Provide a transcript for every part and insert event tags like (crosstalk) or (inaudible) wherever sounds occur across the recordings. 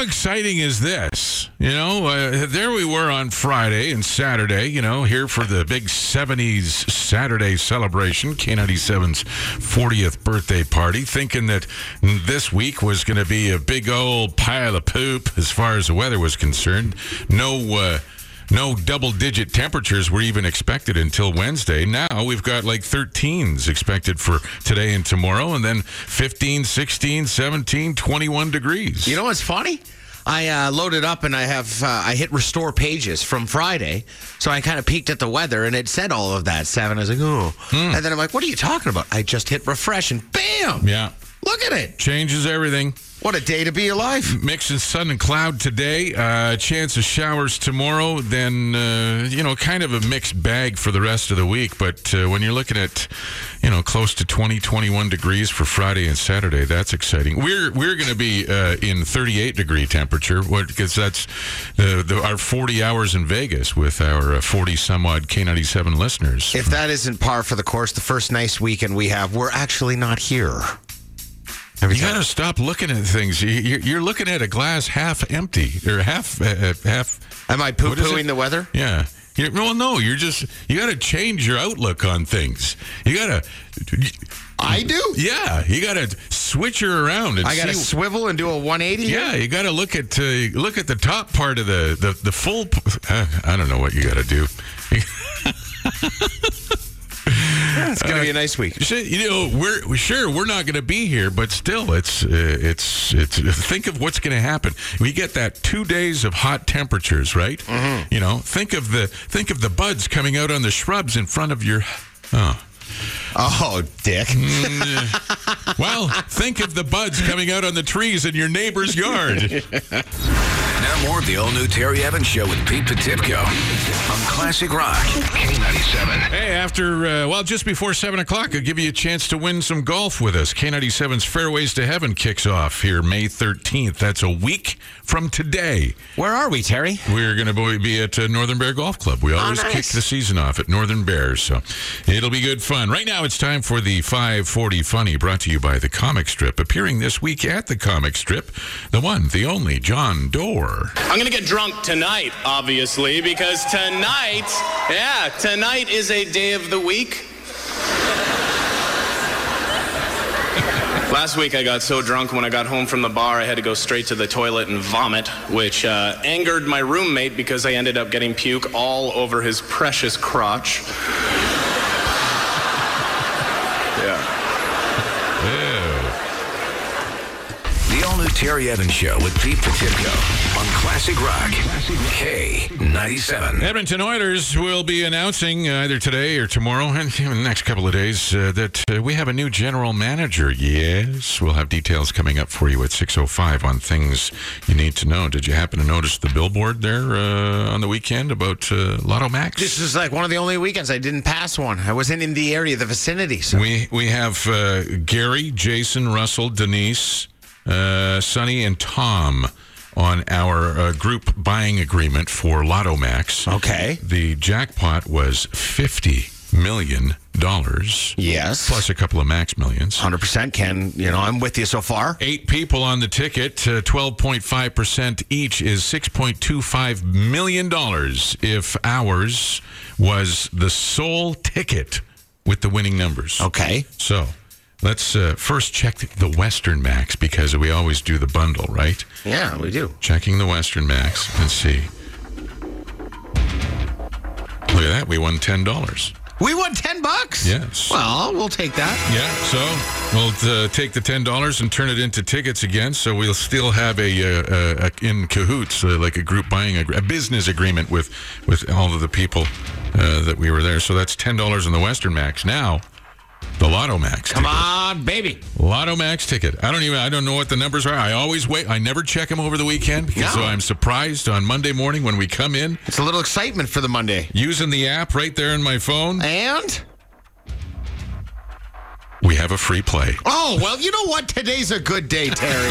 exciting is this? You know, uh, there we were on Friday and Saturday, you know, here for the big 70s Saturday celebration, K97's 40th birthday party, thinking that this week was going to be a big old pile of poop as far as the weather was concerned. No, uh, no double digit temperatures were even expected until Wednesday. Now we've got like 13s expected for today and tomorrow, and then 15, 16, 17, 21 degrees. You know what's funny? I uh, loaded up and I have uh, I hit restore pages from Friday, so I kind of peeked at the weather and it said all of that seven. I was like, oh, and then I'm like, what are you talking about? I just hit refresh and bam! Hmm. yeah. Look at it! Changes everything. What a day to be alive! Mix of sun and cloud today. Uh, chance of showers tomorrow. Then uh, you know, kind of a mixed bag for the rest of the week. But uh, when you're looking at, you know, close to 20, 21 degrees for Friday and Saturday, that's exciting. We're we're going to be uh, in 38 degree temperature because that's uh, the, our 40 hours in Vegas with our uh, 40 some odd K97 listeners. If that isn't par for the course, the first nice weekend we have, we're actually not here. Every You time- got to stop looking at things. You- you- You're looking at a glass half empty or half uh, half Am I poo What is pooing it? the weather? Yeah. You're, well, no, you're just, you got to change your outlook on things. You got to, I do. yeah, you got to switch her around and I got to see. swivel and do a 180. here? Yeah, you got to look at uh, look at the top part of the the, the full. p- Uh, I don't know what you got to do. (laughs) it's gonna be a nice week. You say- You know, we're sure we're not going to be here, but still, it's uh, it's it's. Think of what's going to happen. We get that two days of hot temperatures, right? You know, think of the think of the buds coming out on the shrubs in front of your. Oh. Oh, Dick. Hmm. Well, think of the buds coming out on the trees in your neighbor's yard. Now more of the all-new Terry Evans Show with Pete Petipko on Classic Rock K97. (laughs) hey, after, uh, well, just before 7 o'clock, I'll give you a chance to win some golf with us. K97's Fairways to Heaven kicks off here May 13th. That's a week from today. Where are we, Terry? We're going to be at uh, Northern Bear Golf Club. We always nice. kick the season off at Northern Bears, so it'll be good fun. Right now, it's time for the 540 Funny, brought to you by The Comic Strip. Appearing this week at The Comic Strip, the one, the only, John Doerr. I'm gonna get drunk tonight, obviously, because tonight, yeah, tonight is a day of the week. Last week I got so drunk when I got home from the bar I had to go straight to the toilet and vomit, which uh, angered my roommate because I ended up getting puke all over his precious crotch. yeah. The all-new Terry Evans Show with Pete Petipko on Classic Rock K97. Edmonton Oilers will be announcing uh, either today or tomorrow, (laughs) and in the next couple of days, uh, that uh, we have a new general manager. Yes, we'll have details coming up for you at 6.05 on things you need to know. Did you happen to notice the billboard there uh, on the weekend about uh, Lotto Max? This is like one of the only weekends I didn't pass one. I wasn't in the area, the vicinity. So we, we have uh, Gary, Jason, Russell, Denise, uh, Sonny, and Tom on our uh, group buying agreement for Lotto Max. okay. The jackpot was fifty million dollars, Yes. plus a couple of max millions. 100% Ken. You know, I'm with you so far. Eight people on the ticket, uh, 12.5% each is $6.25 million if ours was the sole ticket with the winning numbers. Okay. So let's uh, first check the Western Max because we always do the bundle, right? Yeah, we do. Checking the Western Max. Let's see. Look at that. We won $10. We won 10 bucks? Yes. Well, we'll take that. Yeah, so we'll uh, take the ten dollars and turn it into tickets again. So we'll still have a, uh, uh, a in cahoots, uh, like a group buying agre- a business agreement with with all of the people uh, that we were there. So that's ten dollars on the Western Max. Now, the Lotto Max. Come on, baby. Lotto Max ticket. I don't even. I don't know what the numbers are. I always wait. I never check them over the weekend because No. I'm surprised on Monday morning when we come in It's a little excitement for the Monday. using the app right there in my phone. And? We have a free play. Oh, well, you know what? Today's a good day, (laughs) Terry.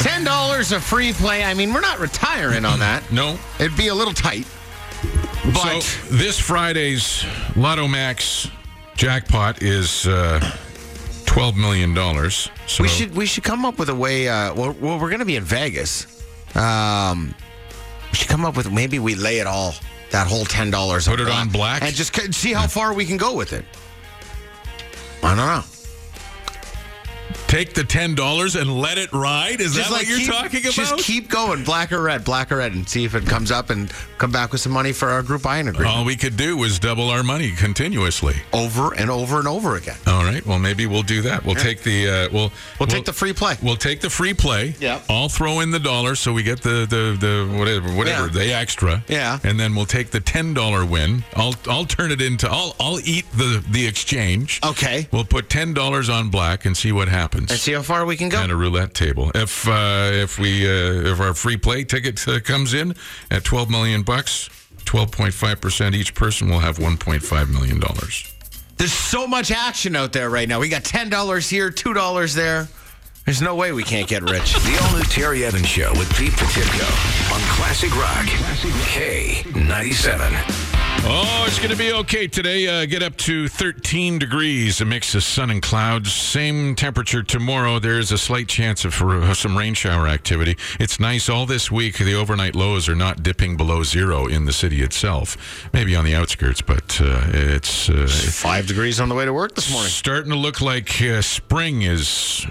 $10 a free play. I mean, we're not retiring on that. No, It'd be a little tight. But so this Friday's Lotto Max jackpot is uh, twelve million dollars. So We should we should come up with a way. Uh, well, well, we're going to be in Vegas. Um, we should come up with maybe we lay it all that whole ten dollars. Put it on black? and just c- see how far we can go with it. I don't know. take the ten dollars and let it ride. Is that what you're keep- talking about? Just keep going, black or red, black or red, and see if it comes up and come back with some money for our group iron agreement All we could do was double our money continuously. over and over and over again. All right. Well, maybe we'll do that. We'll take the uh, we'll, we'll We'll, take the free play. (laughs) We'll take the free play. Yeah. I'll throw in the dollar so we get the the, the whatever whatever Yeah. the extra. Yeah. And then we'll take the ten dollar win. I'll I'll turn it into I'll I'll eat the the exchange. Okay. We'll put ten dollars on black and see what happens. and see how far we can go. At a roulette table. If uh, if we uh, if our free play ticket uh, comes in at twelve million bucks, twelve point five percent each person will have one point five million dollars. There's so much action out there right now. We got ten dollars here, two dollars there. There's no way we can't get rich. The all new Terry Evans Show with Pete Petipko on Classic Rock K97. Oh, it's going to be okay today. Uh, get up to 13 degrees, a mix of sun and clouds. Same temperature tomorrow. There is a slight chance of uh, some rain shower activity. It's nice all this week. The overnight lows are not dipping below zero in the city itself. Maybe on the outskirts, but uh, it's uh, Five degrees on the way to work this morning. starting to look like uh, spring is.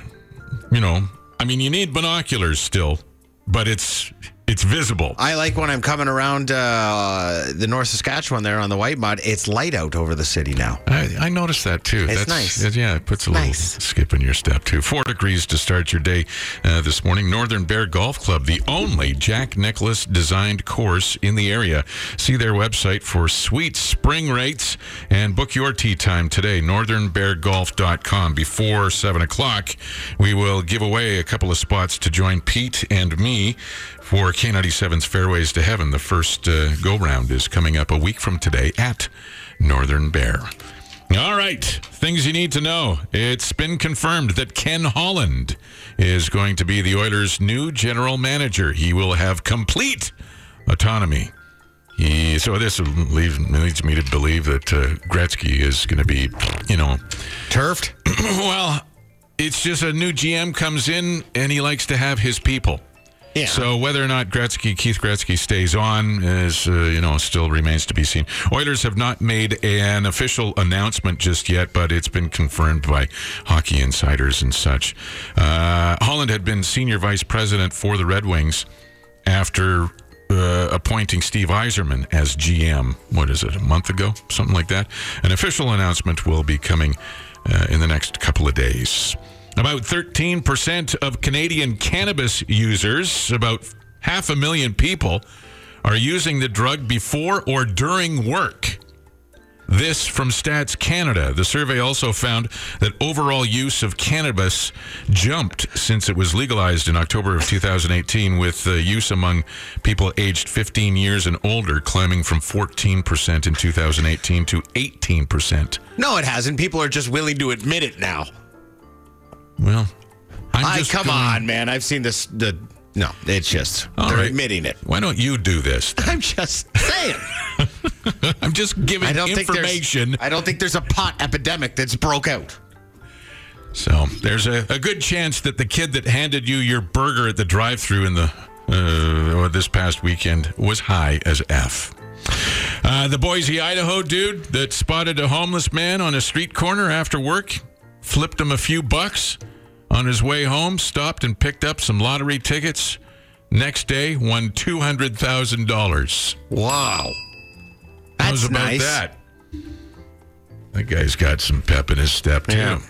You know, I mean, you need binoculars still, but it's it's visible. I like when I'm coming around uh, the North Saskatchewan there on the White Mud. It's light out over the city now. I, I noticed that too. It's nice. it- yeah, it puts a Nice. little skip in your step too. Four degrees to start your day uh, this morning. Northern Bear Golf Club, the only Jack Nicholas designed course in the area. See their website for sweet spring rates and book your tee time today. NorthernBearGolf.com before seven o'clock. We will give away a couple of spots to join Pete and me for K97's Fairways to Heaven. The first uh, go round is coming up a week from today at Northern Bear. All right, things you need to know. It's been confirmed that Ken Holland is going to be the Oilers' new general manager. He will have complete autonomy. He, so this leaves, leads me to believe that uh, Gretzky is going to be, you know, (clears throat) Turfed? well, it's just a new GM comes in and he likes to have his people. Yeah. So whether or not Gretzky, Keith Gretzky, stays on is, uh, you know, still remains to be seen. Oilers have not made an official announcement just yet, but it's been confirmed by hockey insiders and such. Uh, Holland had been senior vice president for the Red Wings after uh, appointing Steve Eiserman as GM. What is it, a month ago? Something like that. An official announcement will be coming uh, in the next couple of days. About 13% of Canadian cannabis users, about half a million people, are using the drug before or during work. This from Stats Canada. The survey also found that overall use of cannabis jumped since it was legalized in October of 2018, with uh, use among people aged 15 years and older climbing from 14% in 2018 to 18%. No, it hasn't. People are just willing to admit it now. Well, I'm I just come going- on, man. I've seen this. The no, it's just All they're right. admitting it. Why don't you do this? (laughs) I'm just saying. I'm just giving (laughs) I don't think information. there's. I don't think there's a pot epidemic that's broke out. So there's a, a good chance that the kid that handed you your burger at the drive thru in the uh, or this past weekend was high as F. Uh, the Boise, Idaho dude that spotted a homeless man on a street corner after work, flipped him a few bucks on his way home, stopped and picked up some lottery tickets. Next day, won two hundred thousand dollars. Wow, That that's was about nice. that? That guy's got some pep in his step too. Yeah.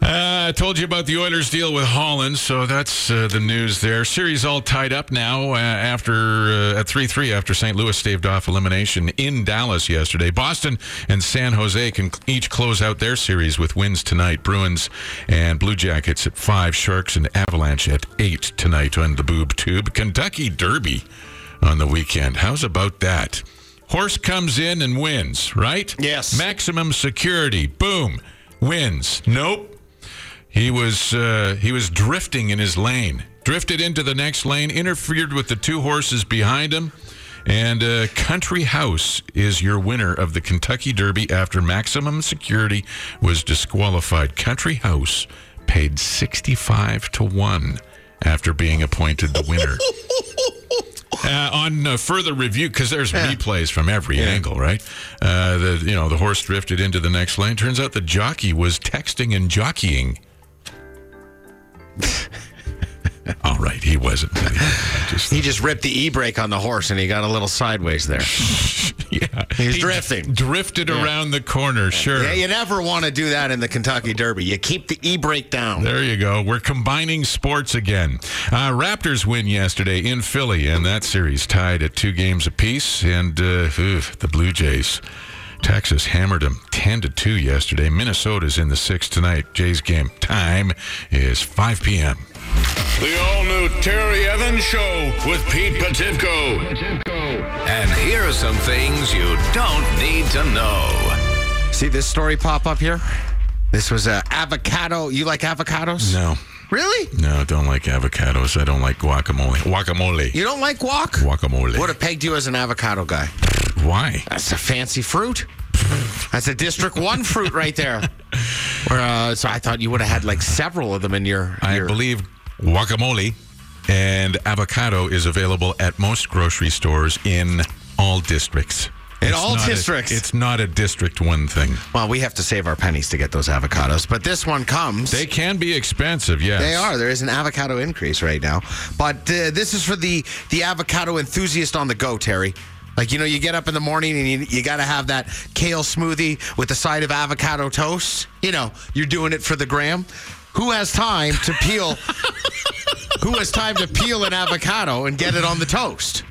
Uh, I told you about the Oilers deal with Holland, so that's uh, the news there. Series all tied up now uh, after uh, at three three after St. Louis staved off elimination in Dallas yesterday. Boston and San Jose can each close out their series with wins tonight. Bruins and Blue Jackets at five, Sharks and Avalanche at eight tonight on the Boob Tube. Kentucky Derby on the weekend. How's about that? Horse comes in and wins, right? Yes. Maximum security. Boom. Wins. Nope. He was uh, he was drifting in his lane. Drifted into the next lane, interfered with the two horses behind him, And uh, Country House is your winner of the Kentucky Derby after maximum security was disqualified. Country House paid 65 to 1 after being appointed the winner. Uh, on uh, further review, because there's replays from every angle, right? Uh, the you know the horse drifted into the next lane. Turns out the jockey was texting and jockeying. (laughs) All right, he wasn't. (laughs) I just- He just ripped the e brake on the horse and he got a little sideways (laughs) there. yeah, He's He drifting. Drifted around the corner. Sure. Yeah, you never want to do that in the Kentucky Derby. You keep the e brake down. There you go. We're combining sports again. Uh, Raptors win yesterday in Philly, and that series tied at two games apiece. And uh, ugh, the Blue Jays, Texas hammered them ten to two yesterday. Minnesota's in the six tonight. Jays game time is five p.m. The all new Terry Evans Show with Pete Petipko. And here are some things you don't need to know. See this story pop up here? This was a avocado. You like avocados? No, Really? no, don't like avocados. I don't like guacamole. Guacamole. You don't like guac? Guacamole. Would have pegged you as an avocado guy. Why? That's a fancy fruit. That's a District One fruit right there. (laughs) Or, uh, so I thought you would have had like several of them in your. I your- believe guacamole and avocado is available at most grocery stores in all districts. In It's all not a- districts. it's not a district one thing. Well, we have to save our pennies to get those avocados, but this one comes. They can be expensive, yes. They are. There is an avocado increase right now, but uh, this is for the the avocado enthusiast on the go, Terry. Like you know, you get up in the morning and you, you got to have that kale smoothie with a side of avocado toast. You know, you're doing it for the gram. Who has time to peel? (laughs) who has time to peel an avocado and get it on the toast?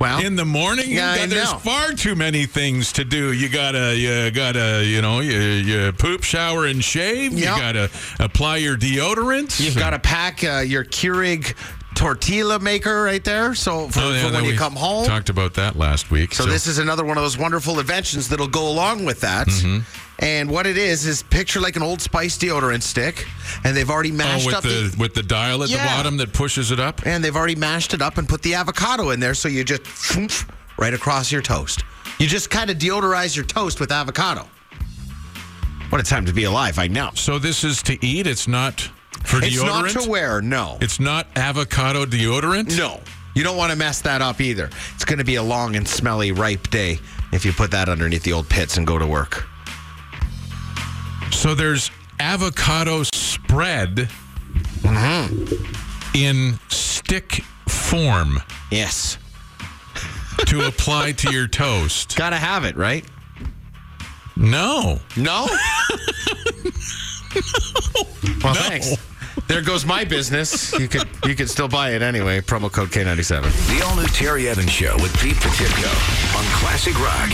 Well, In the morning, you Yeah, I got- there's know. far too many things to do. You gotta, you gotta, you know, you, you poop, shower, and shave. Yep. You gotta apply your deodorant. You've got to pack uh, your Keurig tortilla maker right there. So for, Oh, yeah, for that when you we come home, Talked about that last week. So, this is another one of those wonderful inventions that'll go along with that. Mm-hmm. And what it is is picture like an Old Spice deodorant stick, and they've already oh, mashed with up the, the, with the dial at the Yeah. bottom that pushes it up. and they've already mashed it up and put the avocado in there. So you just phoomf, right across your toast. You just kind of deodorize your toast with avocado. What a time to be alive! I know. So this is to eat. It's not for It's deodorant. not to wear. No. It's not avocado deodorant? No. You don't want to mess that up either. It's going to be a long and smelly, ripe day if you put that underneath the old pits and go to work. So there's avocado spread Mm-hmm. in stick form Yes. to apply to your toast. Got to have it, right? No. (laughs) No. well, thanks. There goes my business. You could you could still buy it anyway. Promo code K97. The all new Terry Evans Show with Pete Petipko on Classic Rock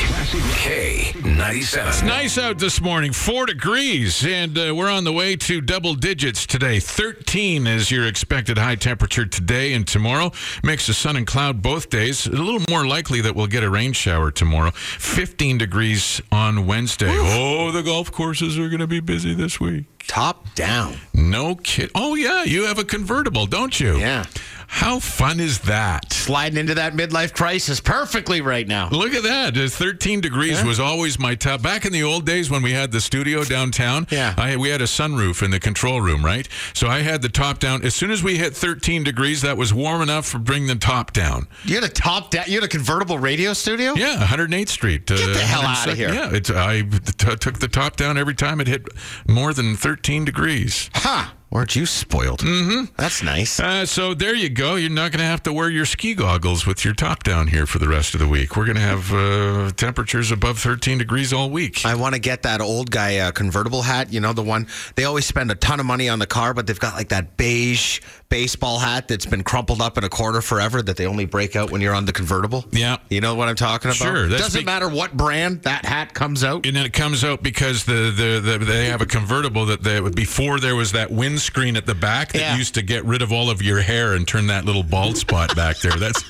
K97. Nice out this morning, four degrees, and uh, we're on the way to double digits today. 13 is your expected high temperature today and tomorrow. Mix of sun and cloud both days. A little more likely that we'll get a rain shower tomorrow. 15 degrees on Wednesday. Oh, the golf courses are going to be busy this week. Top down. No kid. Oh, yeah, you have a convertible, don't you? Yeah. How fun is that? Sliding into that midlife crisis perfectly right now. Look at that. Uh, 13 degrees was always my top. Back in the old days when we had the studio downtown, Yeah. I, we had a sunroof in the control room, right? So I had the top down. As soon as we hit 13 degrees, that was warm enough for bring the top down. You had a top down. You had a convertible radio studio. Yeah, 108th Street. uh, Get the hell outta here. Yeah, it's, I t- took the top down every time it hit more than 13 degrees. Ha! Weren't you spoiled? Mm-hmm. That's nice. Uh, so there you go. You're not going to have to wear your ski goggles with your top down here for the rest of the week. We're going to have uh, temperatures above 13 degrees all week. I want to get that old guy uh, convertible hat. You know the one they always spend a ton of money on the car, but they've got like that beige baseball hat that's been crumpled up in a corner forever that they only break out when you're on the convertible. Yeah. you know what I'm talking about. Sure, that's doesn't be- matter what brand that hat comes out. and then it comes out because the, the, the they have a convertible that they, before there was that windscreen at the back that Yeah. used to get rid of all of your hair and turn that little bald spot back there. (laughs) That's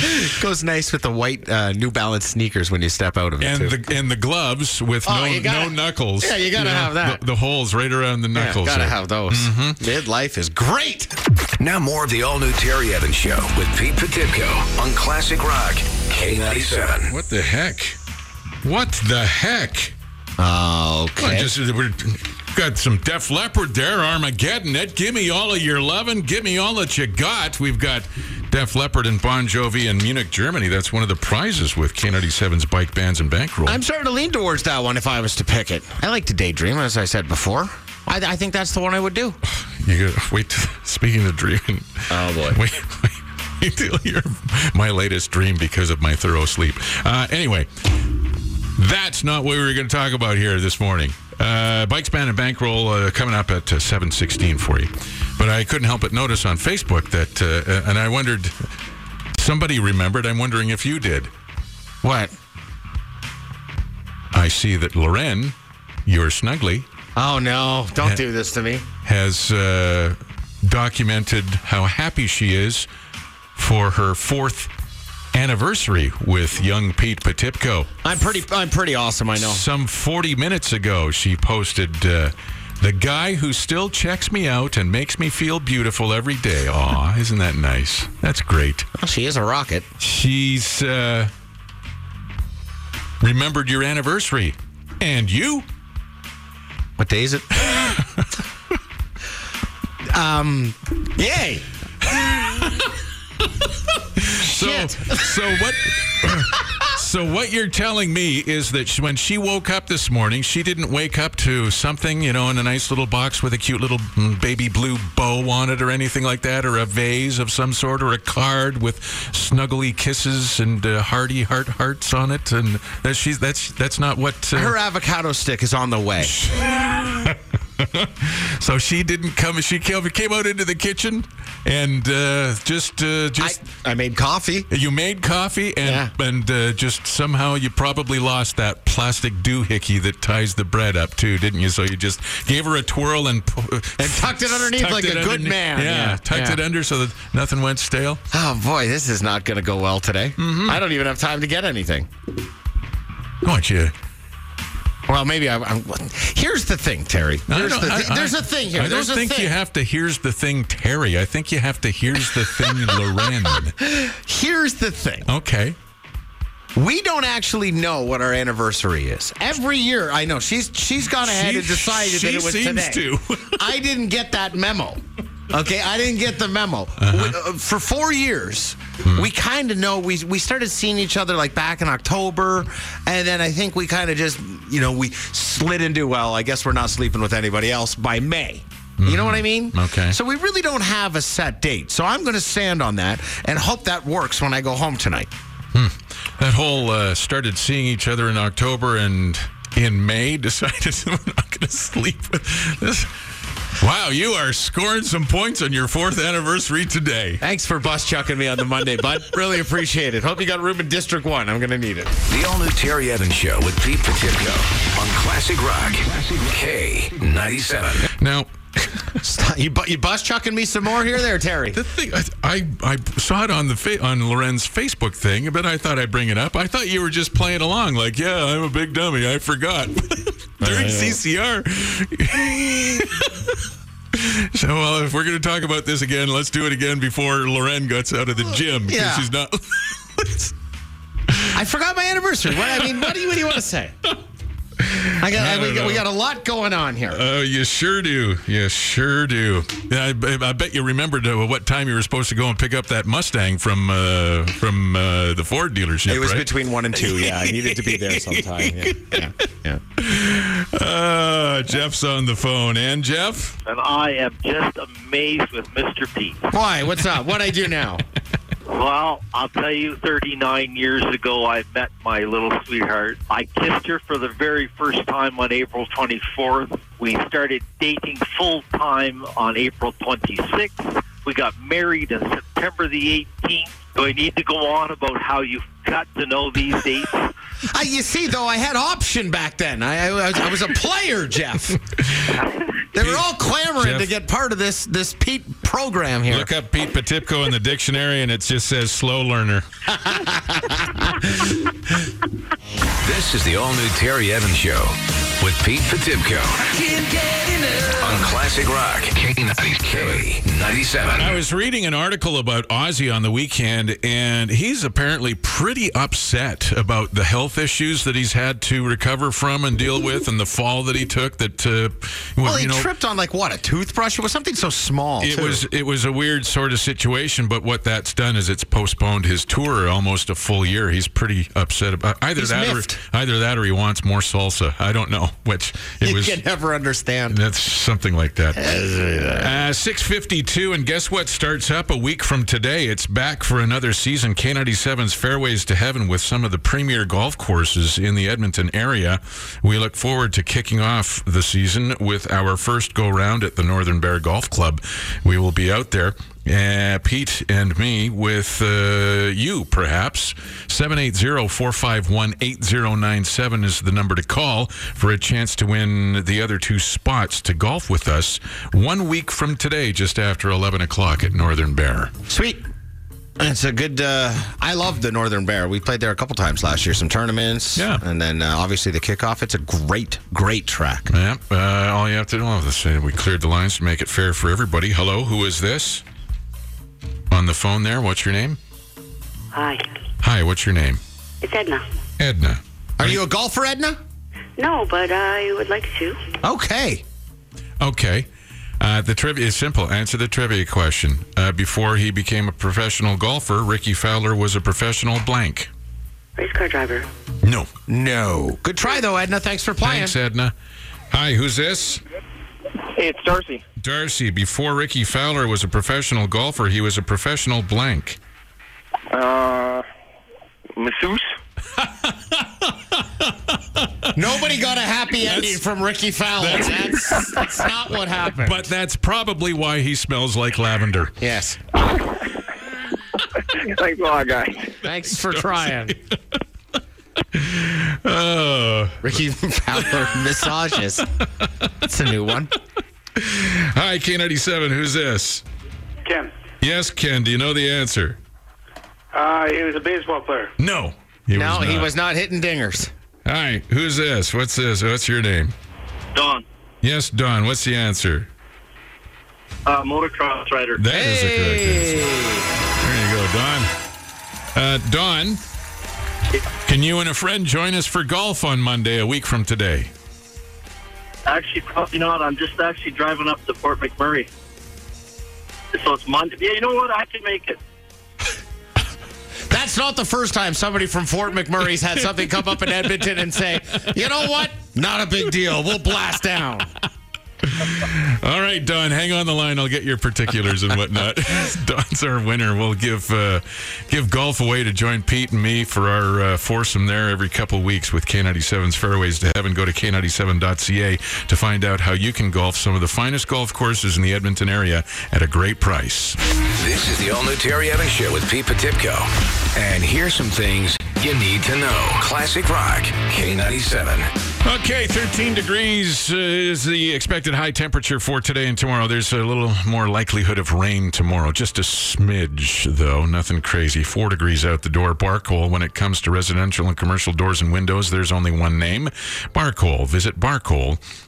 It goes nice with the white uh, New Balance sneakers when you step out of it. and too. the and the gloves with Oh, no you gotta- no knuckles. Yeah, you gotta have that. The, the holes right around the yeah, knuckles. gotta there. have those. Midlife is great. Now more of the all-new Terry Evans Show with Pete Petipko on Classic Rock K97. What the heck? What the heck? Well, Okay. just we're, got some Def Leppard there, Armageddon. It, give me all of your lovin', give me all that you got. We've got Def Leppard and Bon Jovi in Munich, Germany. That's one of the prizes with K97's bike bands and bankroll. I'm starting to lean towards that one if I was to pick it. I like to daydream, as I said before. I, I think that's the one I would do. You gotta wait. (laughs) Till, speaking of dreaming, Oh, boy. Wait, (laughs) wait, wait till you hear my latest dream because of my thorough sleep. Uh, anyway, that's not what we were going to talk about here this morning. Uh, Bike Span and Bankroll uh, coming up at uh, seven sixteen for you. But I couldn't help but notice on Facebook that, uh, uh, and I wondered, somebody remembered. I'm wondering if you did. What? I see that Loren, your snuggly, Oh no! Don't do this to me. has uh, documented how happy she is for her fourth anniversary with young Pete Patipko. I'm pretty. I'm pretty awesome. I know. Some 40 minutes ago, she posted. Uh, the guy who still checks me out and makes me feel beautiful every day. Aw, (laughs) isn't that nice? That's great. She is a rocket. She's uh, remembered your anniversary. And you? What day is it? (laughs) um. Yay! So, so what? (coughs) so what you're telling me is that she, when she woke up this morning, she didn't wake up to something, you know, in a nice little box with a cute little mm, baby blue bow on it, or anything like that, or a vase of some sort, or a card with snuggly kisses and uh, hearty heart hearts on it, and that she's that's that's not what. Uh, Her avocado stick is on the way. so she didn't come. She came, came out into the kitchen and uh, just uh, I, just. I made coffee. You made coffee, and Yeah. and uh, just somehow you probably lost that plastic doohickey that ties the bread up too, didn't you? So you just gave her a twirl and pu- And tucked it underneath like a it good man. Yeah, Yeah, tucked yeah. it under so that nothing went stale. Oh boy, this is not going to go well today. I don't even have time to get anything. I want you. Well, maybe I, I'm. Here's the thing, Terry. I There's, don't- the I- thi- there's I- a thing here. I don't there's think a thing. you have to. Here's the thing, Terry. I think you have to. Here's the thing, (laughs) Loren. Here's the thing. Okay. We don't actually know what our anniversary is. Every year, I know she's she's gone ahead She- and decided that she it was seems today. to. (laughs) I didn't get that memo. Okay, I didn't get the memo. Uh-huh. We- uh, for four years, Hmm. we kind of know we we started seeing each other like back in October, and then I think we kind of just you know we slid into well, I guess we're not sleeping with anybody else by May. You know what I mean? Hmm. Okay. So we really don't have a set date. So I'm going to stand on that and hope that works when I go home tonight. That whole uh, started seeing each other in October and in May (laughs) decided we're not going to sleep with this. Wow, you are scoring some points on your fourth anniversary today. Thanks for bus chucking me on the Monday, (laughs) bud. Really appreciate it. Hope you got room in District 1. I'm going to need it. The all-new Terry Evans Show with Pete Petipko on Classic Rock K97. Now, Stop. You, bu- you bus chucking me some more here there, Terry. the thing I, I, I saw it on the fa- on Loren's Facebook thing, but I thought I'd bring it up. I thought you were just playing along, like, yeah, I'm a big dummy, I forgot (laughs) during CCR. (laughs) So, well, if we're going to talk about this again, let's do it again before Loren gets out of the gym because Yeah. she's not. (laughs) I forgot my anniversary. What, I mean, what do you, what do you want to say? I got, I I- we, don't got- we know. got a lot going on here. Oh, you sure do. You sure do. Yeah, I, I bet you remembered uh, what time you were supposed to go and pick up that Mustang from uh, from uh, the Ford dealership. right? between 1 and 2. Yeah, I needed to be there sometime. Yeah. yeah, yeah. Uh, Jeff's on the phone, and Jeff. and I am just amazed with Mr. Pete. Why? What's up? What I do now? Well, I'll tell you, 39 years ago, I met my little sweetheart. I kissed her for the very first time on April 24th. We started dating full time on April 26th. We got married on September the 18th. Do I need to go on about how you've got to know these dates? I, you see, though, I had option back then. I, I, was- I was a player, Jeff. They were all clamoring Jeff. to get part of this this Pete program here. Look up Pete Patipko in the dictionary, and it just says slow learner. This is the all-new Terry Evans Show with Pete Petipko on Classic Rock K97. I was reading an article about Ozzy on the weekend, and he's apparently pretty upset about the health issues that he's had to recover from and deal with, and the fall that he took. That uh, Well, he you know, tripped on like what a toothbrush. It was something so small. It too. was it was a weird sort of situation, but what that's done is it's postponed his tour almost a full year. He's pretty upset about either He's that miffed. or either that or he wants more salsa. I don't know which. It You was can never understand. that's something like that. Uh, 652, and guess what starts up a week from today? It's back for another season. K97's Fairways to Heaven with some of the premier golf courses in the Edmonton area. We look forward to kicking off the season with our first go round at the Northern Bear Golf Club. We will be out there. Uh, Pete and me with uh, you, perhaps. 780-451-8097 is the number to call for a chance to win the other two spots to golf with us one week from today, just after 11 o'clock at Northern Bear. Sweet. It's a good. Uh, I love the Northern Bear. We played there a couple times last year, some tournaments. Yeah. And then uh, obviously the kickoff. It's a great, great track. Yep. Uh, all you have to do, well, let's say we cleared the lines to make it fair for everybody. Hello, who is this? On the phone there, what's your name? Hi, Hi, what's your name? it's Edna. Edna. Are you a golfer, Edna? No, but I would like to. Okay. Okay. Uh, the trivia is simple. Answer the trivia question. Uh, before he became a professional golfer, Ricky Fowler was a professional blank. Race car driver. No. No. Good try though, Edna. Thanks for playing. Thanks, Edna. Hi, who's this? Hey, it's Darcy. Darcy. Before Ricky Fowler was a professional golfer, he was a professional blank. Uh, masseuse. Nobody got a happy ending from Ricky Fowler. That's, that's not what happened. But that's probably why he smells like lavender. yes. (laughs) Thanks a lot, guys. Thanks for trying. Oh. (laughs) Ricky Fowler massages. That's a new one. Hi, K97. Who's this? Ken, Yes, Ken. Do you know the answer? uh, he was a baseball player. No. He No, he not. was not hitting dingers. Hi, who's this? What's this? What's your name? Don, Yes, Don. What's the answer? uh, motocross rider. That is the correct answer. There you go, Don. Uh, Don, Uh, can you and a friend join us for golf on Monday, a week from today? Actually, probably not. I'm just actually driving up to Fort McMurray. So it's Monday. Yeah, you know what? I can make it. That's not the first time somebody from Fort McMurray's had something come up in Edmonton and say, you know what? Not a big deal. We'll blast down. (laughs) All right, Don, hang on the line. I'll get your particulars and whatnot. (laughs) (laughs) Don's our winner. We'll give uh, give golf away to join Pete and me for our uh, foursome there every couple weeks with K97's Fairways to Heaven. Go to k97.ca to find out how you can golf some of the finest golf courses in the Edmonton area at a great price. This is the all new Terry Evans Show with Pete Petipko. And here's some things you need to know. Classic Rock K97. Okay, 13 degrees uh, is the expected high temperature for today and tomorrow. There's a little more likelihood of rain tomorrow, just a smidge, though, nothing crazy. Four degrees out the door. Barcoal, when it comes to residential and commercial doors and windows, there's only one name Barcoal. Visit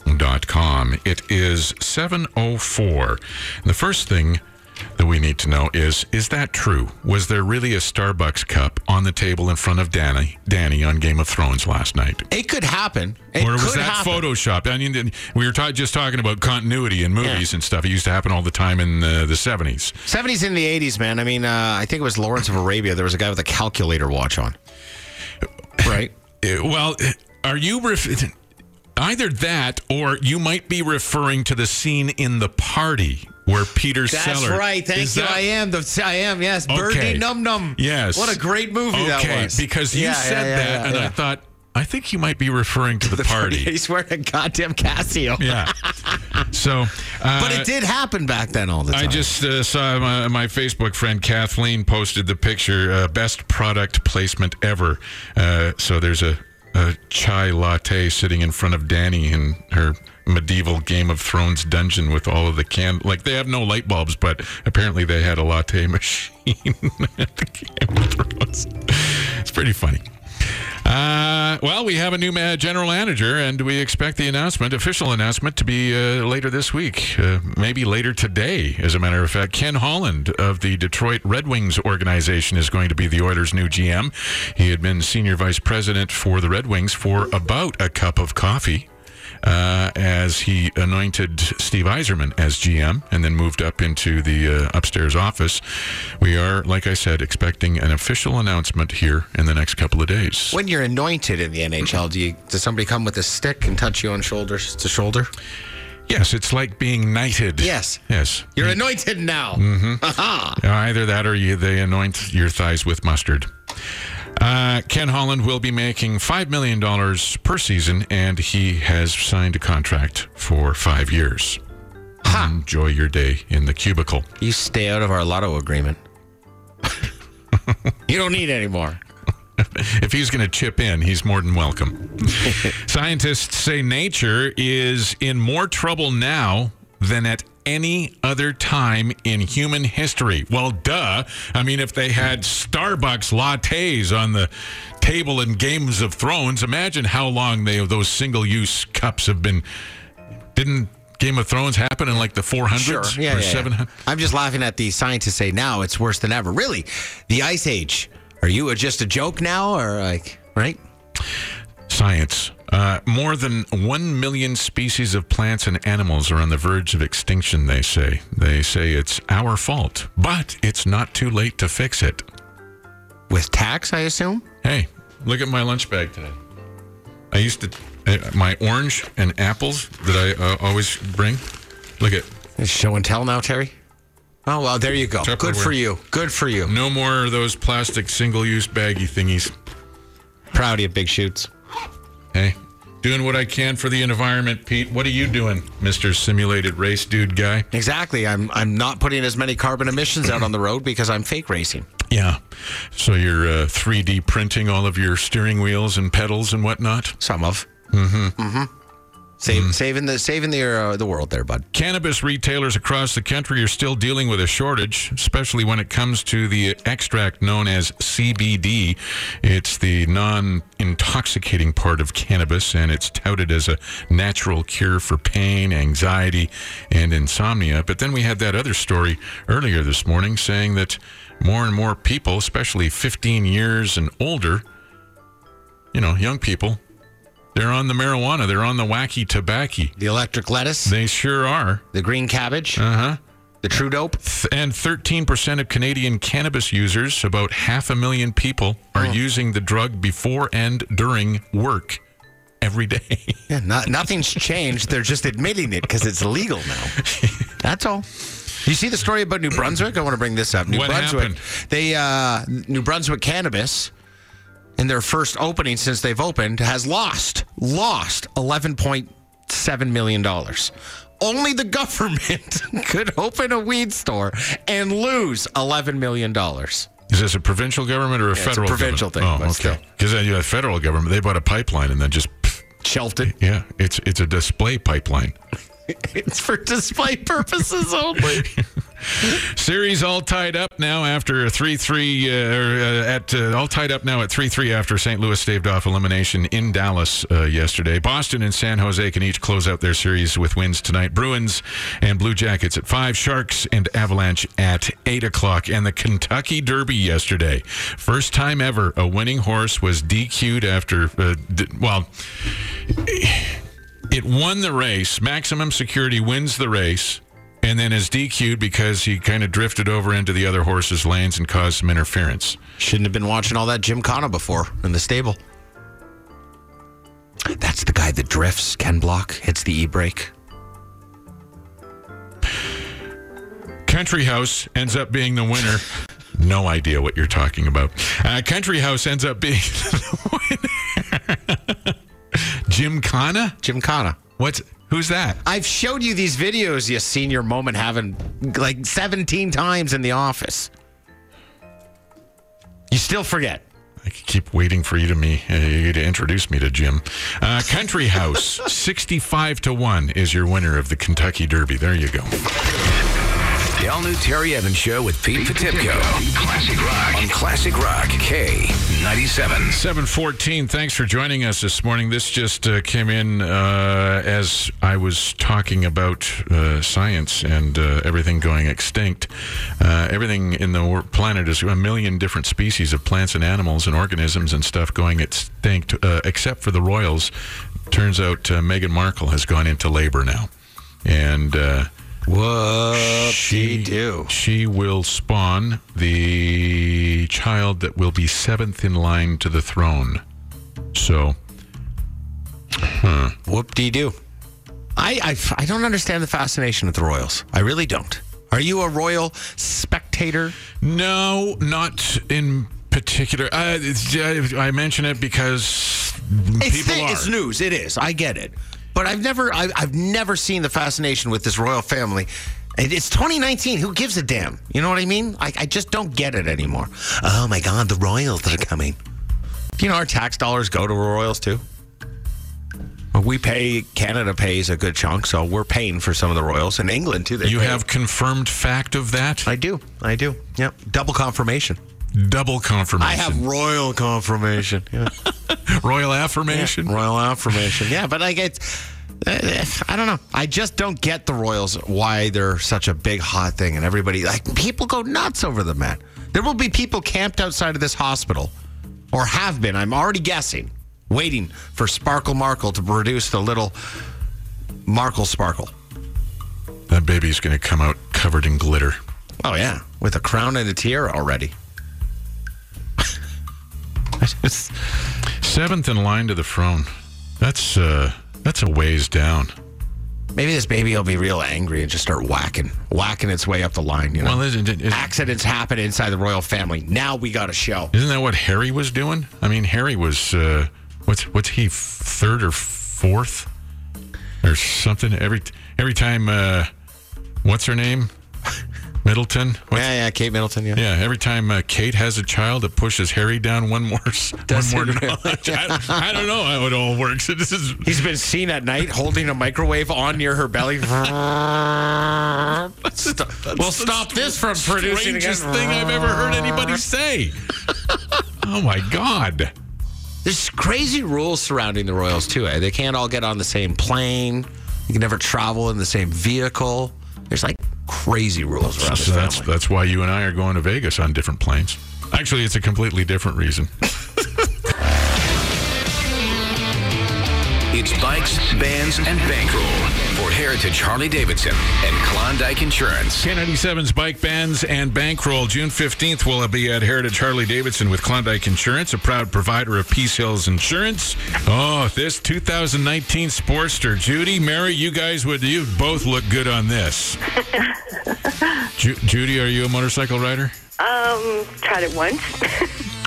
barcoal.com. It is 704. The first thing that we need to know is is that true? Was there really a Starbucks cup on the table in front of Danny, Danny on Game of Thrones last night? It could happen. It or was could that happen. photoshopped? I mean, then we were ta- just talking about continuity in movies and stuff. It used to happen all the time in the, the 70s. 70s and the 80s, man. I mean, uh, I think it was Lawrence of Arabia. There was a guy with a calculator watch on. Right? Uh, Well, are you ref- either that or you might be referring to the scene in The Party where Peter That's Sellers. right. Thank Is you. that- I am. The, I am. Yes. Okay. Birdie Num Num. Yes. What a great movie Okay, that was. because you Yeah, yeah, said yeah, that yeah, and I yeah. thought, I think you might be referring to The, (laughs) Party. He's wearing a goddamn Casio. (laughs) yeah. So. Uh, But it did happen back then all the time. I just uh, saw my, my Facebook friend Kathleen posted the picture uh, best product placement ever. Uh, so there's a, a chai latte sitting in front of Danny in her medieval Game of Thrones dungeon with all of the can like they have no light bulbs, but apparently they had a (laughs) latte machine at the Game of Thrones. It's pretty funny. Uh, Uh, well, we have a new ma- general manager, and we expect the announcement, official announcement, to be uh, later this week, uh, maybe later today, as a matter of fact. Ken Holland of the Detroit Red Wings organization is going to be the Oilers' new GM. He had been senior vice president for the Red Wings for about a cup of coffee uh, as he anointed Steve Eiserman as GM and then moved up into the uh, upstairs office. We are, like I said, expecting an official announcement here in the next couple of days. When you're anointed in the NHL, do you does somebody come with a stick and touch you on shoulder to shoulder? Yes, it's like being knighted. Yes. Yes. Uh, You're anointed now. Mm-hmm. (laughs) Either that or you, they anoint your thighs with mustard. Uh, Ken Holland will be making $5 million per season, and he has signed a contract for five years. Enjoy your day in the cubicle. You stay out of our lotto agreement. (laughs) you don't need any more. if he's going to chip in, he's more than (laughs) welcome. Scientists say nature is in more trouble now than at any other time in human history. Well, duh. I mean, if they had Starbucks lattes on the table in Games of Thrones, imagine how long they those single-use cups have been. Didn't Game of Thrones happen in like the 400s or Yeah, yeah, yeah. 700? I'm just laughing at the scientists say now it's worse than ever. Really, the ice age. Are you just a joke now, or like right? Science. Uh, more than 1 million species of plants and animals are on the verge of extinction, they say. They say it's our fault, but it's not too late to fix it. With tax, I assume. Hey, look at my lunch bag today. I used to, uh, my orange and apples that I uh, always bring. Look at, It's show and tell now, Terry. Oh well, there you go. Tupperware. Good for you. Good for you. no more of those plastic single use baggy thingies. Proud of you, big shoots. Hey, doing what I can for the environment, Pete. What are you doing, Mr. Simulated Race Dude Guy? Exactly. I'm I'm not putting as many carbon emissions out on the road because I'm fake racing. Yeah. So you're uh, 3D printing all of your steering wheels and pedals and whatnot? Some of. Mm-hmm. Mm-hmm. Save, Saving the saving the uh, the world there, bud. Cannabis retailers across the country are still dealing with a shortage, especially when it comes to the extract known as CBD. It's the non intoxicating part of cannabis, and it's touted as a natural cure for pain, anxiety, and insomnia. But then we had that other story earlier this morning saying that more and more people, especially 15 years and older, you know, young people, they're on the marijuana, they're on the wacky tobacco. The electric lettuce, They sure are. the green cabbage, Uh-huh. the true dope. Th- And 13% of Canadian cannabis users, about half a million people, are Oh. using the drug before and during work every day. (laughs) Yeah, not, nothing's changed. They're just admitting it because it's legal now. That's all. You see the story about New Brunswick? I want to bring this up. New What Brunswick. happened? They uh, New Brunswick Cannabis, in their first opening since they've opened, has lost lost eleven point seven million dollars. Only the government (laughs) could open a weed store and lose eleven million dollars. Is this a provincial government or a it's a federal provincial thing, government? but Oh, okay. Because then you have federal government, they bought a pipeline and then just, pff, Shelved it. yeah, it's, it's a display pipeline. It's for display purposes only. Series all tied up now after a 3 3, uh, or, uh, at uh, all tied up now at 3 3 after St. Louis staved off elimination in Dallas uh, yesterday. Boston and San Jose can each close out their series with wins tonight. Bruins and Blue Jackets at 5, Sharks and Avalanche at 8 o'clock. And the Kentucky Derby yesterday. First time ever a winning horse was DQ'd after, uh, d- well, it won the race. Maximum Security wins the race and then is DQ'd because he kind of drifted over into the other horse's lanes and caused some interference. Shouldn't have been watching all that Jim Connor before in the stable. That's the guy that drifts, Ken Block, hits the e brake. Country House ends up being the winner. No idea what you're talking about. Uh, Country House ends up being (laughs) the winner. Jim Connor? Jim Connor. What's who's that? I've showed you these videos, you senior moment having like 17 times in the office. You still forget. I keep waiting for you to me uh, you to introduce me to Jim. Uh, Country House, (laughs) sixty-five to one is your winner of the Kentucky Derby. There you go. The all new Terry Evans Show with Pete Petipko. Classic Rock. On Classic Rock K97. 714, thanks for joining us this morning. This just uh, came in uh, as I was talking about uh, science and uh, everything going extinct. Uh, everything in the wor- planet is a million different species of plants and animals and organisms and stuff going extinct, uh, except for the royals. Turns out uh, Meghan Markle has gone into labor now. And. Uh, Whoop she do. She will spawn the child that will be seventh in line to the throne. So Whoop dee do. I, I f- I don't understand the fascination of the Royals. I really don't. Are you a Royal spectator? no, not in particular. Uh, it's- I, I mention it because It's, people thi- are. it's news. It is. I get it. But I've never I, I've never seen the fascination with this royal family. And It's 2019. Who gives a damn? You know what I mean? I, I just don't get it anymore. Oh my God, the royals that are coming. Do you know our tax dollars go to royals too? Well, We pay Canada pays a good chunk, so we're paying for some of the royals in England too. They you pay. have confirmed fact of that. I do. I do. Yep. Double confirmation. Double confirmation. I have royal confirmation. Yeah. (laughs) royal affirmation. Royal affirmation. Yeah, but like it's. I don't know. I just don't get the Royals why they're such a big hot thing, and everybody like people go nuts over them, man. There will be people camped outside of this hospital, or have been. I'm already guessing, waiting for Sparkle Markle to produce the little Markle Sparkle. That baby's going to come out covered in glitter. Oh yeah, with a crown and a tiara already. I just- Seventh in line to the throne. That's uh, that's a ways down. Maybe this baby will be real angry and just start whacking, whacking its way up the line. You know. Well, isn't it? Isn't, accidents happen inside the royal family. Now we got a show. Isn't that what Harry was doing? I mean, Harry was uh, what's what's he f- third or fourth or something? Every every time, uh, what's her name? Middleton. What's, Yeah, yeah, Kate Middleton. Yeah. yeah. every time uh, Kate has a child, it pushes Harry down one more s- Does one more it really? notch. I, I don't know how it all works. This is He's been seen at night holding a microwave on near her (laughs) belly. Stop- we'll stop this from producing again. strangest thing I've ever heard anybody say. oh my god! There's crazy rules surrounding the royals too. Eh? They can't all get on the same plane. You can never travel in the same vehicle. There's like crazy rules around So this that's family. that's why you and I are going to Vegas on different planes. Actually, it's a completely different reason. It's bikes, bands, and bankroll for Heritage Harley Davidson and Klondike Insurance. K97's Bike Bands and Bankroll. June 15th will be at Heritage Harley Davidson with Klondike Insurance, a proud provider of Peace Hills Insurance. Oh, this 2019 Sportster. Judy, Mary, you guys would you both look good on this. Ju- Judy, are you a motorcycle rider? Um, tried it once.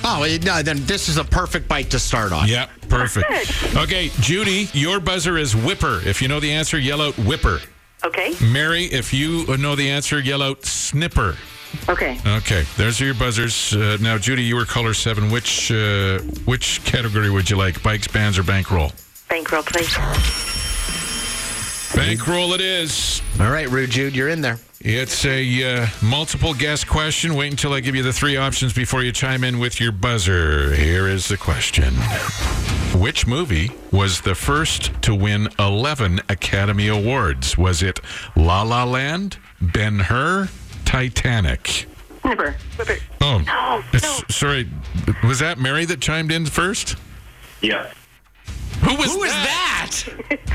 Oh, eh, no, then this is a perfect bike to start on. Yeah, perfect. Okay, Judy, your buzzer is Whipper. If you know the answer, yell out Whipper. (laughs) Okay. Mary, if you know the answer, yell out Snipper. Okay. Okay, there's your buzzers. Uh, now, Judy, you were caller seven. Which uh, which category would you like? Bikes, bands, or bankroll? Bankroll, please. Bankroll it is. All right, Rude Jude, you're in there. It's a uh, multiple guess question. Wait until I give you the three options before you chime in with your buzzer. Here is the question Which movie was the first to win 11 Academy Awards? Was it La La Land, Ben Hur, Titanic? Never. Never. Oh, No, it's- no. sorry. Was that Mary that chimed in first? Yeah. Who was Who is that?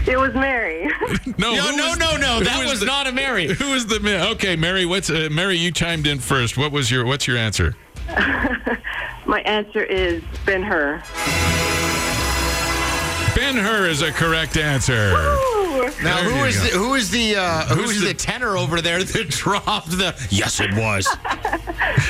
It was Mary. (laughs) No, No, who no, was- no, no. who That was the- not a Mary. Who was the man? Okay, Mary. What's uh, Mary? You chimed in first. What was your What's your answer? My answer is Ben Hur. Ben Hur is a correct answer. Now, There who you is go. the, who is the uh, who's, Who's the, the- tenor over there that (laughs) dropped the? Yes, it was.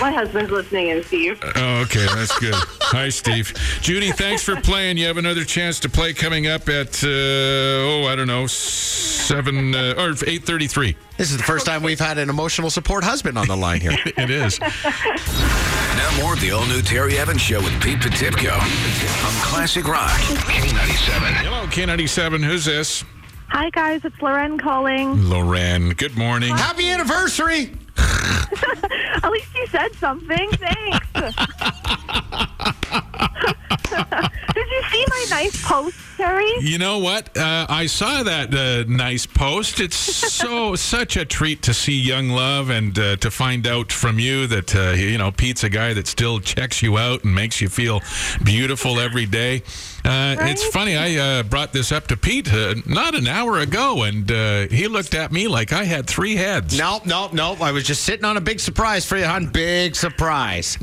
My husband's listening in, Steve. Oh, okay, that's good. Hi, Steve. Judy, thanks for playing. You have another chance to play coming up at uh, oh, I don't know, seven uh, or eight thirty-three. this is the first time we've had an emotional support husband on the line here. It is. Now more of the all new Terry Evans Show with Pete Petipko on Classic Rock K97. Hello, K ninety seven. Who's this? Hi guys, it's Loren calling. Hmm. Loren. Good morning. Happy anniversary! At least you said something. Thanks. (laughs) Did you see my nice post, Terry? You know what? Uh, I saw that uh, nice post. It's so such a treat to see young love and uh, to find out from you that uh, you know Pete's a guy that still checks you out and makes you feel beautiful every day. Uh, It's Right? funny. I uh, brought this up to Pete uh, not an hour ago, and uh, he looked at me like I had three heads. (laughs) Nope, nope, nope. I was just sitting on a big surprise for you, hon. Big surprise.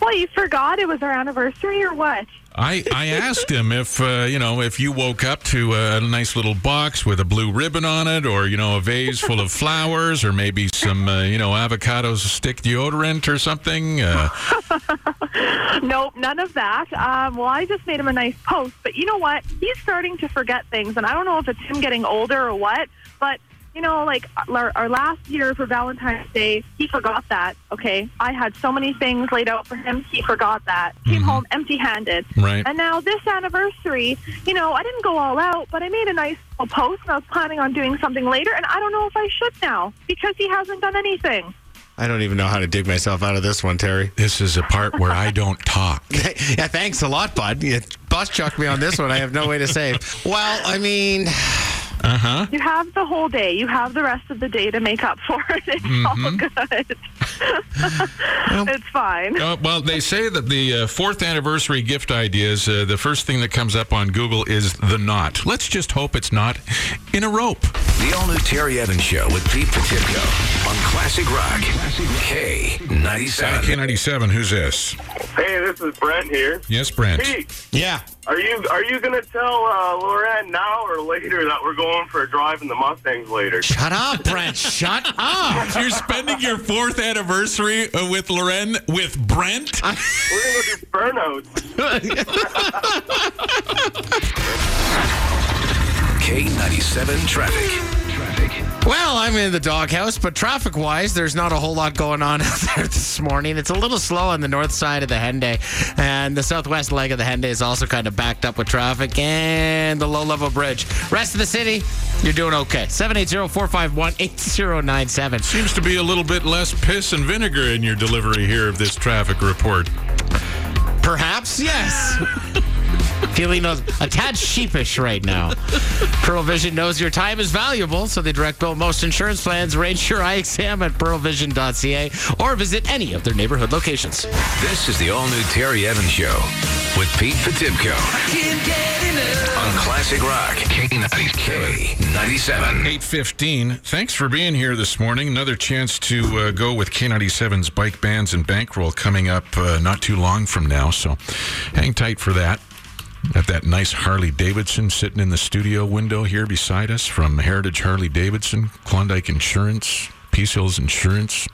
Well, you forgot it was our anniversary or what? I, I asked him if uh, you know if you woke up to a nice little box with a blue ribbon on it, or you know a vase full of flowers, or maybe some uh, you know avocados stick deodorant or something. Uh, Nope, none of that. Um, well, I just made him a nice post, but you know what? He's starting to forget things, and I don't know if it's him getting older or what, but. You know, like our, our last year for Valentine's Day, he forgot that. Okay, I had so many things laid out for him. He forgot that. Came home empty-handed. Right. And now this anniversary, you know, I didn't go all out, but I made a nice little post, and I was planning on doing something later. And I don't know if I should now because he hasn't done anything. (laughs) I don't even know how to dig myself out of this one, Terry. this is a part where I don't talk. (laughs) yeah, thanks a lot, bud. You bus chucked me on this one. I have no way to save. Well, I mean, You have the whole day. You have the rest of the day to make up for it. It's all Mm-hmm. good. (laughs) it's fine. Uh, well, they say that the uh, fourth anniversary gift ideas, uh, the first thing that comes up on Google is the knot. Let's just hope it's not in a rope. The all new Terry Evans Show with Pete Petipko on Classic Rock K97. K97, who's this? Hey, this is Brent here. Yes, Brent. Pete, yeah. are you are you gonna tell uh, Lorraine now or later that we're going for a drive in the Mustangs later? Shut up, Brent. Shut up. You're spending your fourth anniversary uh, with Loren with Brent? We're gonna do burnouts. K97 traffic. Well, I'm in the doghouse, but traffic wise, there's not a whole lot going on (laughs) out there this morning. It's a little slow on the north side of the Henday, and the southwest leg of the Henday is also kind of backed up with traffic and the low level bridge. Rest of the city, you're doing okay. 780 451 8097. Seems to be a little bit less piss and vinegar in your delivery here of this traffic report. Perhaps, (laughs) yes. Feeling a, a tad sheepish right now. Pearl Vision knows your time is valuable, so they direct bill most insurance plans. Arrange your eye exam at pearlvision.ca or visit any of their neighborhood locations. This is the all new Terry Evans Show with Pete Petipko on Classic Rock K97. 815. Thanks for being here this morning. Another chance to uh, go with K97's bike bands and bankroll coming up uh, not too long from now. So hang tight for that. Got that nice Harley Davidson sitting in the studio window here beside us from Heritage Harley Davidson, Klondike Insurance, Peace Hills Insurance.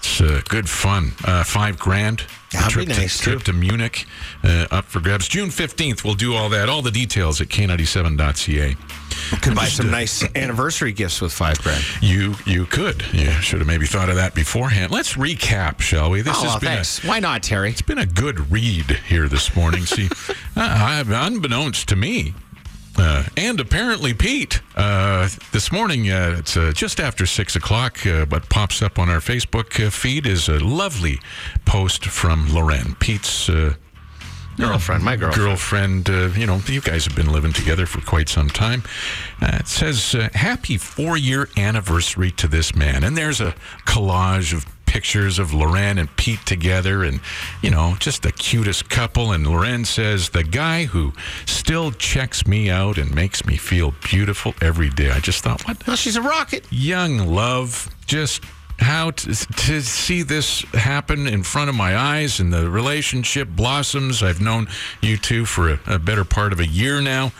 It's uh, good fun. Uh, five grand. That'd be trip to, nice, trip to Munich uh, up for grabs. June 15th, we'll do all that. All the details at K97.ca. Could buy some nice anniversary gifts with five grand. You you could. You should have maybe thought of that beforehand. Let's recap, shall we? This oh, has well, been thanks. a Why not, Terry? it's been a good read here this morning. (laughs) See, uh, I, I, unbeknownst to me, uh, and apparently Pete, uh, this morning uh, it's uh, just after six o'clock. Uh, what pops up on our Facebook uh, feed is a lovely post from Loren, Pete's. Uh, Girlfriend, my girlfriend. girlfriend. uh, you know, you guys have been living together for quite some time. Uh, it says, uh, Happy four year anniversary to this man. And there's a collage of pictures of Loren and Pete together and, you know, just the cutest couple. And Loren says, The guy who still checks me out and makes me feel beautiful every day. I just thought, what? Well, she's a rocket. young love just how to, to see this happen in front of my eyes and the relationship blossoms i've known you two for a, a better part of a year now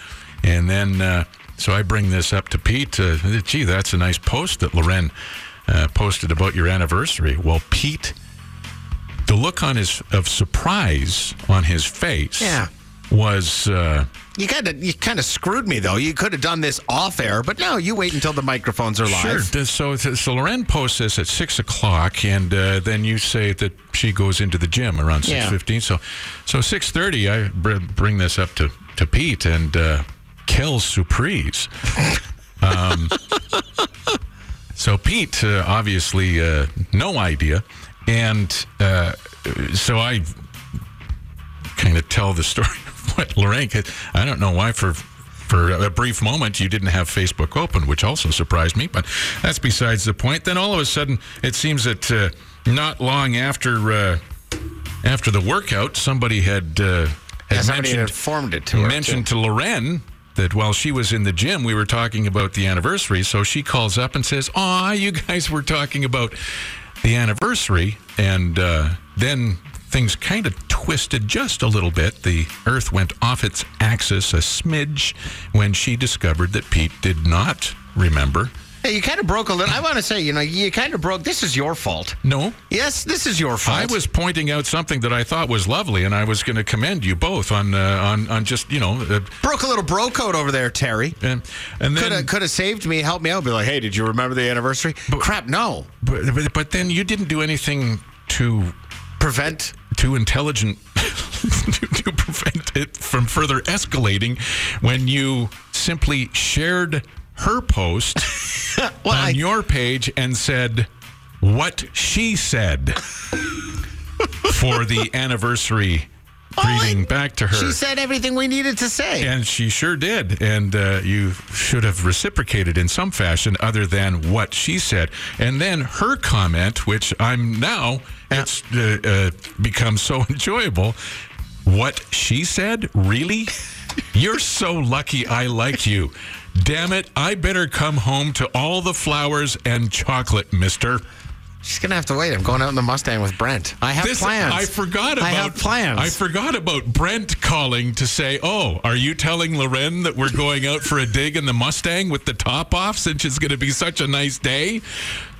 and then uh, so i bring this up to pete uh, gee that's a nice post that loren uh, posted about your anniversary well pete the look on his of surprise on his face Yeah. was uh, You kind of you kind of screwed me though. You could have done this off air, but no, you wait until the microphones are live. Sure. So, so Loren posts this at six o'clock, and uh, then you say that she goes into the gym around Yeah. six fifteen. So, so six thirty, I br- bring this up to to Pete and uh, Kel Surprise. um, So Pete, uh, obviously, uh, no idea, and uh, so I kind of tell the (laughs) story of what Lorraine. 'cause I don't know why for for a brief moment you didn't have Facebook open, which also surprised me, but that's besides the point. Then all of a sudden, it seems that uh, not long after uh, after the workout, somebody had uh, had Yeah, somebody had mentioned informed it to her, mentioned to Loren that while she was in the gym, we were talking about the anniversary. So she calls up and says, "Ah, you guys were talking about the anniversary," and uh, then things kind of twisted just a little bit. The Earth went off its axis a smidge when she discovered that Pete did not remember. Hey, you kind of broke a little. I want to say, you know, you kind of broke. This is your fault. No, Yes, this is your fault. I was pointing out something that I thought was lovely, and I was going to commend you both on uh, on on just you know, uh, broke a little bro code over there, Terry. and, and Could then have could have saved me, helped me out. Be like, hey, did you remember the anniversary? Crap, no. but, but, but then you didn't do anything to Prevent. to intelligent (laughs) to, to prevent it from further escalating when you simply shared her (laughs) post Well, on I- your page and said what she (laughs) said for the anniversary greeting back to her. She said everything we needed to say. And she sure did. And uh, you should have reciprocated in some fashion other than what she said. And then her comment, which I'm now, it's uh, uh, become so (laughs) enjoyable. What she said? Really? You're so lucky I like you. Damn it, I better come home to all the flowers and chocolate, mister. She's gonna have to wait. I'm going out in the Mustang with Brent. I have This- plans. I forgot about I have plans. I forgot about Brent calling to say, "Oh, are you telling Loren that we're going out for a dig in the Mustang with the top off since it's going to be such a nice day?"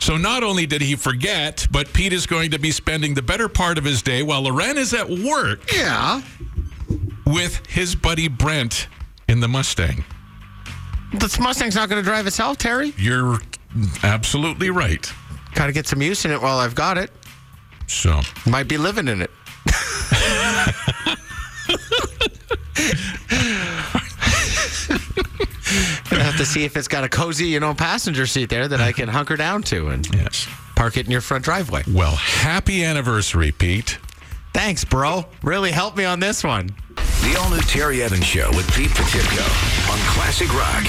So not only did he forget, but Pete is going to be spending the better part of his day while Loren is at work yeah. with his buddy Brent in the Mustang. This Mustang's not gonna drive itself, Terry. You're absolutely right. Gotta get some use in it while I've got it. So Might be living in it. Gonna have to see if it's got a cozy, you know, passenger seat there that I can hunker down to and yes. park it in your front driveway. Well, happy anniversary, Pete. Thanks, bro. Really helped me on this one. The all new Terry Evans Show with Pete Petipko on Classic Rock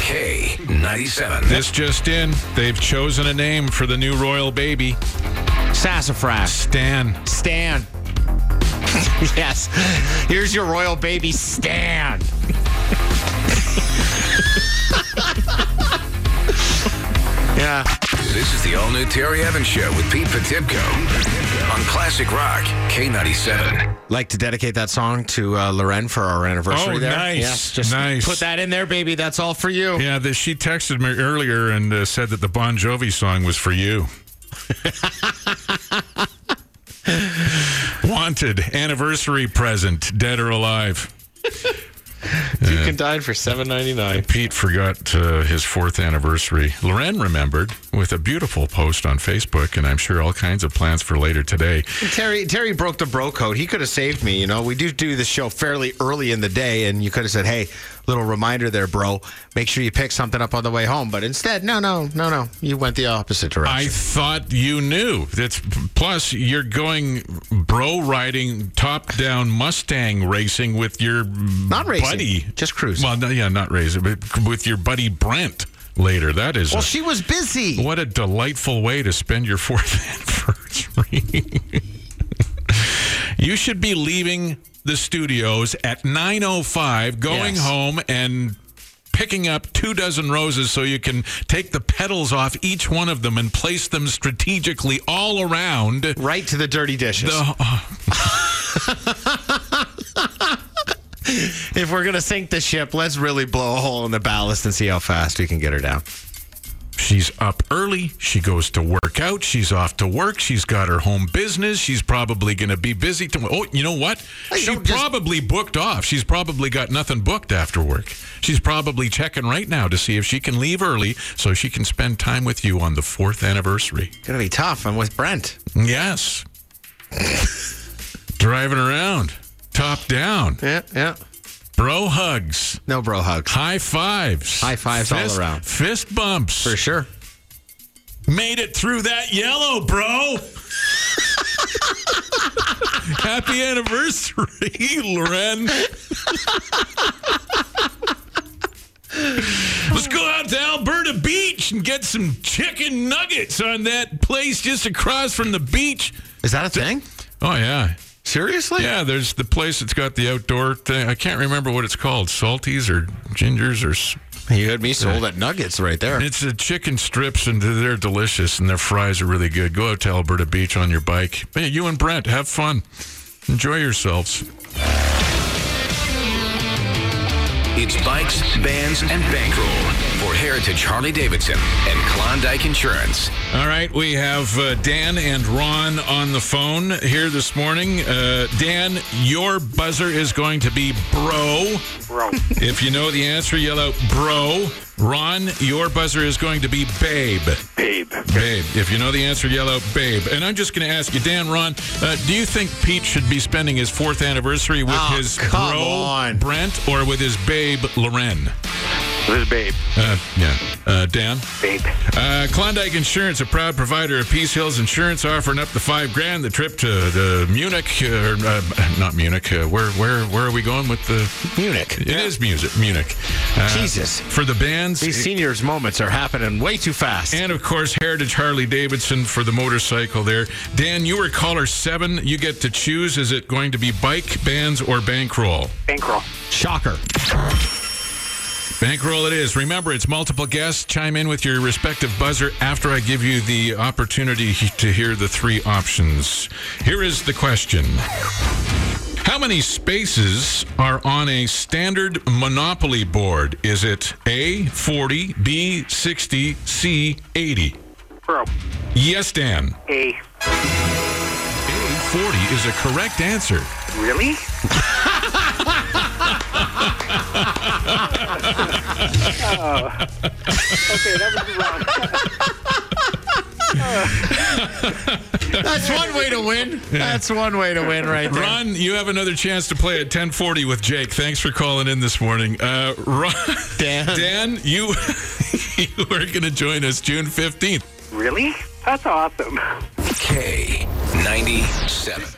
K97. This just in, they've chosen a name for the new royal baby. Sassafras. Stan. Stan. (laughs) yes. Here's your royal baby, Stan. (laughs) yeah. This is the all new Terry Evans Show with Pete Petipko on Classic Rock K97. Like to dedicate that song to uh, Loren for our anniversary Oh, there. nice. Yes, just Nice. put that in there, baby. That's all for you. Yeah, the, she texted me earlier and uh, said that the Bon Jovi song was for you. Wanted anniversary present, dead or alive. You can dine for seven ninety nine. Pete forgot uh, his fourth anniversary. Loren remembered with a beautiful post on Facebook, and I'm sure all kinds of plans for later today. Terry Terry broke the bro code. He could have saved me. You know, we do do the show fairly early in the day, and you could have said, "Hey, little reminder there, bro. Make sure you pick something up on the way home." But instead, no, no, no, no. You went the opposite I direction. thought you knew. That's plus you're going bro riding top down Mustang racing with your Not racing, buddy. just cruising. Well, no, yeah, not racing, but with your buddy Brent later. That is well, a- she was busy. what a delightful way to spend your (laughs) fourth anniversary. (laughs) you should be leaving the studios at 9:05, going Yes. home and picking up two dozen roses so you can take the petals off each one of them and place them strategically all around the Right to the uh, dirty dishes. If we're gonna sink the ship, let's really blow a hole in the ballast and see how fast we can get her down. She's up early. She goes to work out. She's off to work. She's got her home business. She's probably going to be busy. To- oh, you know what? Hey, She don't just- probably booked off. She's probably got nothing booked after work. She's probably checking right now to see if she can leave early so she can spend time with you on the fourth anniversary. Gonna be tough. I'm with Brent. Yes. (laughs) Driving around, top down, Yeah, yeah. bro hugs, No bro hugs high fives, High fives all fist- around. fist bumps. for sure. Made it through that yellow, bro. Happy anniversary, Loren. Let's go out to Alberta Beach and get some chicken nuggets on that place just across from the beach. Is that a thing? Oh, yeah. Seriously? Yeah, there's the place that's got the outdoor thing. I can't remember what it's called. Salties or gingers or s- You had me sold at nuggets right there. it's the chicken strips and they're they're delicious and their fries are really good. Go out to Alberta Beach on your bike. Hey, you and Brent, have fun. Enjoy yourselves. It's bikes, bands, and bankroll for Heritage Harley Davidson and Klondike Insurance. All right, we have uh, Dan and Ron on the phone here this morning. Uh, Dan, your buzzer is going to be bro. Bro. (laughs) If you know the answer, yell out bro. Ron, your buzzer is going to be babe. Babe. Babe. If you know the answer, yell out babe. And I'm just going to ask you, Dan, Ron, uh, do you think Pete should be spending his fourth anniversary with Oh, his come bro, on. Brent, or with his babe, Loren? This is Babe. Uh, yeah. Uh, Dan? Babe. Uh, Klondike Insurance, a proud provider of Peace Hills Insurance, offering up to five grand. The trip to the Munich, uh, or, uh, not Munich. Uh, where where where are we going with the? Munich. It is music, Munich. Uh, Jesus. for the bands. These seniors' moments are happening way too fast. and of course, Heritage Harley Davidson for the motorcycle there. Dan, you were caller seven. You get to choose. Is it going to be bike, bands, or bankroll? Bankroll. (laughs) Shocker. Bankroll it is. Remember, it's multiple guests. Chime in with your respective buzzer after I give you the opportunity to hear the three options. Here is the question How many spaces are on a standard Monopoly board? Is it A, 40, B, 60, C, 80? Bro. Yes, Dan. A. A, 40 is a correct answer. Really? okay, that was wrong. That's one way to win. That's one way to win right there. Ron, you have another chance to play at 1040 with Jake. Thanks for calling in this morning. Uh, Ron, Dan. Dan, you, (laughs) you are going to join us June 15th. Really? That's awesome. K97.